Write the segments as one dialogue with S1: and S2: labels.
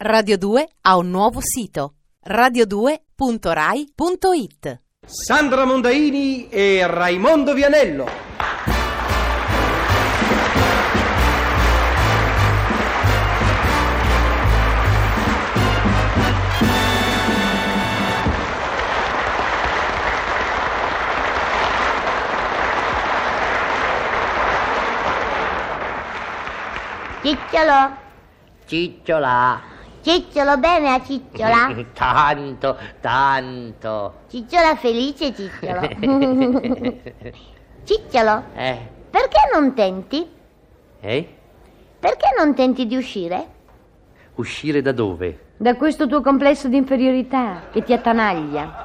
S1: Radio 2 ha un nuovo sito radio2.rai.it
S2: Sandra Mondaini e Raimondo Vianello.
S3: Cicciolo,
S4: Cicciola,
S3: cicciolo bene a cicciola?
S4: tanto, tanto.
S3: Cicciola felice, cicciolo. cicciolo,
S4: Eh,
S3: perché non tenti?
S4: eh?
S3: Perché non tenti di uscire?
S4: Uscire da dove?
S3: Da questo tuo complesso di inferiorità che ti attanaglia.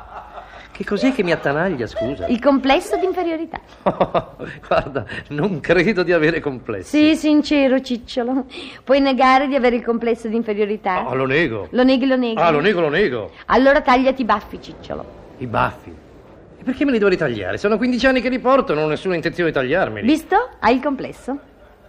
S4: Che cos'è che mi attanaglia, scusa?
S3: Il complesso di inferiorità.
S4: guarda, non credo di avere complessi.
S3: Sì, sincero, cicciolo. Puoi negare di avere il complesso di inferiorità?
S4: Ah, lo nego.
S3: Lo neghi, lo neghi.
S4: Ah, lo nego, lo nego.
S3: Allora tagliati i baffi, cicciolo.
S4: I baffi. E perché me li devo ritagliare? Sono 15 anni che li porto, non ho nessuna intenzione di tagliarmeli.
S3: Visto? Hai il complesso.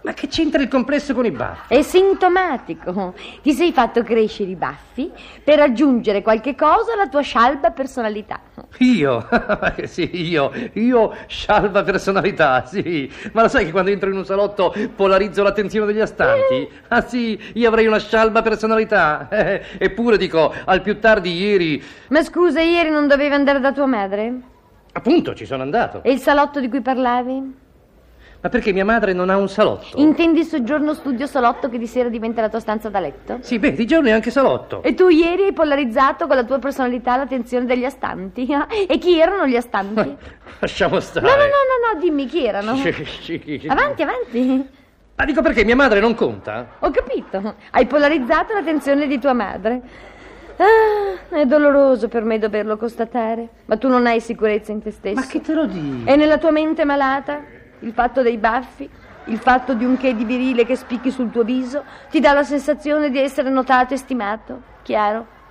S4: Ma che c'entra il complesso con i baffi?
S3: È sintomatico. Ti sei fatto crescere i baffi per aggiungere qualche cosa alla tua scialba personalità.
S4: Io? sì, io, io scialba personalità, sì. Ma lo sai che quando entro in un salotto polarizzo l'attenzione degli
S3: Eh.
S4: astanti? Ah sì, io avrei una scialba personalità. Eppure dico, al più tardi ieri,
S3: Ma scusa, ieri non dovevi andare da tua madre?
S4: appunto, ci sono andato.
S3: E il salotto di cui parlavi?
S4: Ma perché mia madre non ha un salotto?
S3: Intendi il soggiorno studio salotto che di sera diventa la tua stanza da letto?
S4: Sì, beh, di giorno è anche salotto.
S3: E tu ieri hai polarizzato con la tua personalità l'attenzione degli astanti. E chi erano gli astanti? No,
S4: Lasciamo stare.
S3: no, no, no, no, dimmi chi erano. Avanti, avanti.
S4: Ma dico perché mia madre non conta?
S3: Ho capito, hai polarizzato l'attenzione di tua madre. Ah, è doloroso per me doverlo constatare, ma tu non hai sicurezza in te stesso.
S4: Ma che te lo dico?
S3: È nella tua mente malata il fatto dei baffi, il fatto di un che di virile che spicchi sul tuo viso, ti dà la sensazione di essere notato e stimato, chiaro?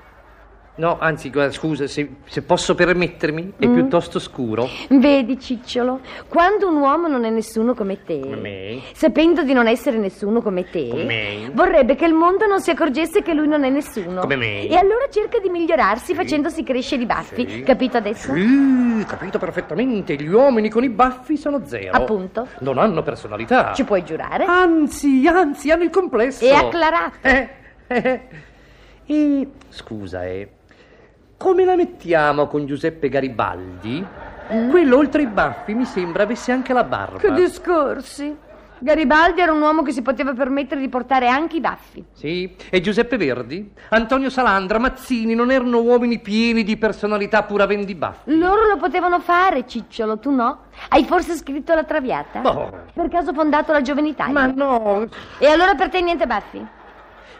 S4: No, anzi, guarda, scusa, se, se posso permettermi,
S3: Mm.
S4: è piuttosto scuro.
S3: Vedi, Cicciolo, quando un uomo non è nessuno come te,
S4: Come me.
S3: sapendo di non essere nessuno come te,
S4: Come me.
S3: vorrebbe che il mondo non si accorgesse che lui non è nessuno.
S4: Come me.
S3: E allora cerca di migliorarsi facendosi crescere i baffi,
S4: Sì.
S3: capito adesso?
S4: Sì, capito perfettamente. Gli uomini con i baffi sono zero.
S3: Appunto.
S4: Non hanno personalità.
S3: Ci puoi giurare?
S4: Ah, Anzi, anzi, hanno il complesso.
S3: E acclarato.
S4: Eh, eh, eh. E scusa, eh. Come la mettiamo con Giuseppe Garibaldi? Quello oltre i baffi mi sembra avesse anche la barba.
S3: Mm. Che discorsi! Garibaldi era un uomo che si poteva permettere di portare anche i baffi.
S4: Sì, e Giuseppe Verdi, Antonio Salandra, Mazzini non erano uomini pieni di personalità pur avendo i baffi.
S3: Loro lo potevano fare, Cicciolo, tu no? Hai forse scritto la traviata?
S4: No.
S3: Per caso fondato la Gioventità?
S4: Ma no,
S3: E allora per te niente baffi?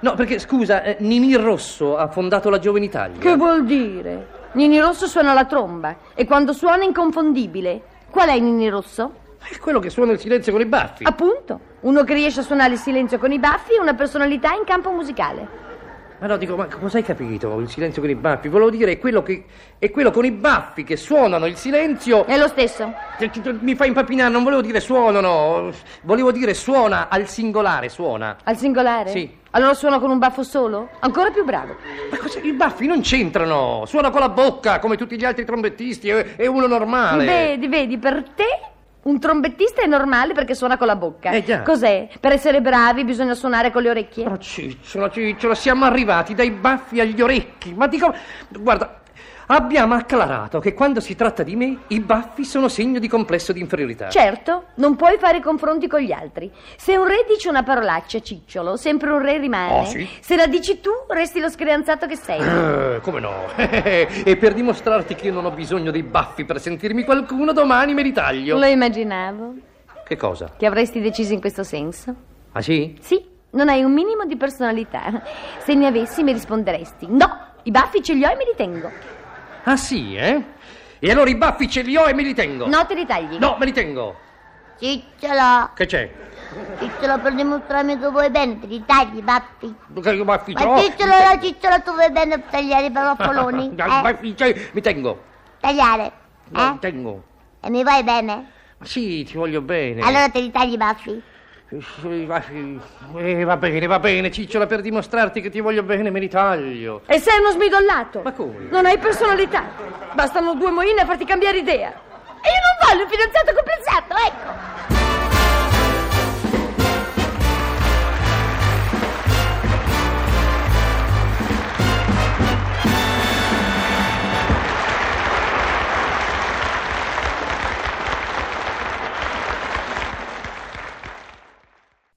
S4: No, perché scusa, eh, Ninì Rosso ha fondato la Giovane Italia.
S3: Che vuol dire? Nini Rosso suona la tromba e quando suona è inconfondibile. Qual è Nini Rosso?
S4: È quello che suona il silenzio con i baffi.
S3: Appunto, uno che riesce a suonare il silenzio con i baffi e una personalità in campo musicale.
S4: Ma no, dico, ma cosa hai capito? Il silenzio con i baffi? Volevo dire, è quello, che, è quello con i baffi che suonano il silenzio.
S3: È lo stesso.
S4: Mi fa impapinare, non volevo dire suonano. Volevo dire suona al singolare, suona.
S3: Al singolare?
S4: Sì.
S3: Allora suona con un baffo solo? Ancora più bravo.
S4: Ma cosa, i baffi non c'entrano. Suona con la bocca, come tutti gli altri trombettisti, è, è uno normale.
S3: Vedi, vedi, per te un trombettista è normale perché suona con la bocca.
S4: Eh, già.
S3: Cos'è? Per essere bravi bisogna suonare con le orecchie?
S4: Ma cicciola, cicciola, siamo arrivati dai baffi agli orecchi. Ma dico, guarda, abbiamo acclarato che quando si tratta di me, i baffi sono segno di complesso di inferiorità.
S5: Cioè
S3: Certo, non puoi fare confronti con gli altri. Se un re dice una parolaccia, cicciolo, sempre un re rimane.
S4: Ah, sì?
S3: Se la dici tu, resti lo screanzato che sei.
S4: Eh, come no? e per dimostrarti che io non ho bisogno dei baffi per sentirmi qualcuno, domani me li taglio.
S3: Lo immaginavo
S4: Che cosa?
S3: che avresti deciso in questo senso.
S4: Ah sì?
S3: Sì, non hai un minimo di personalità. Se ne avessi mi risponderesti. No, i baffi ce li ho e me li tengo.
S4: Ah sì, eh? E allora i baffi ce li ho e me li tengo.
S3: No, te li tagli.
S4: No, me li tengo.
S5: Cicciola,
S4: Che c'è?
S5: cicciola per dimostrarmi che vuoi bene, te li tagli i baffi.
S4: Che i baffi ce
S5: Ma
S4: l'ho, mi
S5: cicciola, la cicciola, tu vuoi bene per tagliare i
S4: tengo.
S5: baroffoloni?
S4: Dai,
S5: Eh?
S4: baffi ce- Mi tengo.
S5: Tagliare,
S4: No, mi
S5: eh?
S4: tengo.
S5: E mi vai bene?
S4: Sì, ti voglio bene.
S5: Allora te li tagli i baffi.
S4: Eh, va bene, va bene, cicciola, per dimostrarti che ti voglio bene me li taglio.
S3: E sei uno smidollato.
S4: Ma come?
S3: Non hai personalità. Bastano due moine a farti cambiare idea.
S5: E io non voglio un fidanzato compensato, ecco.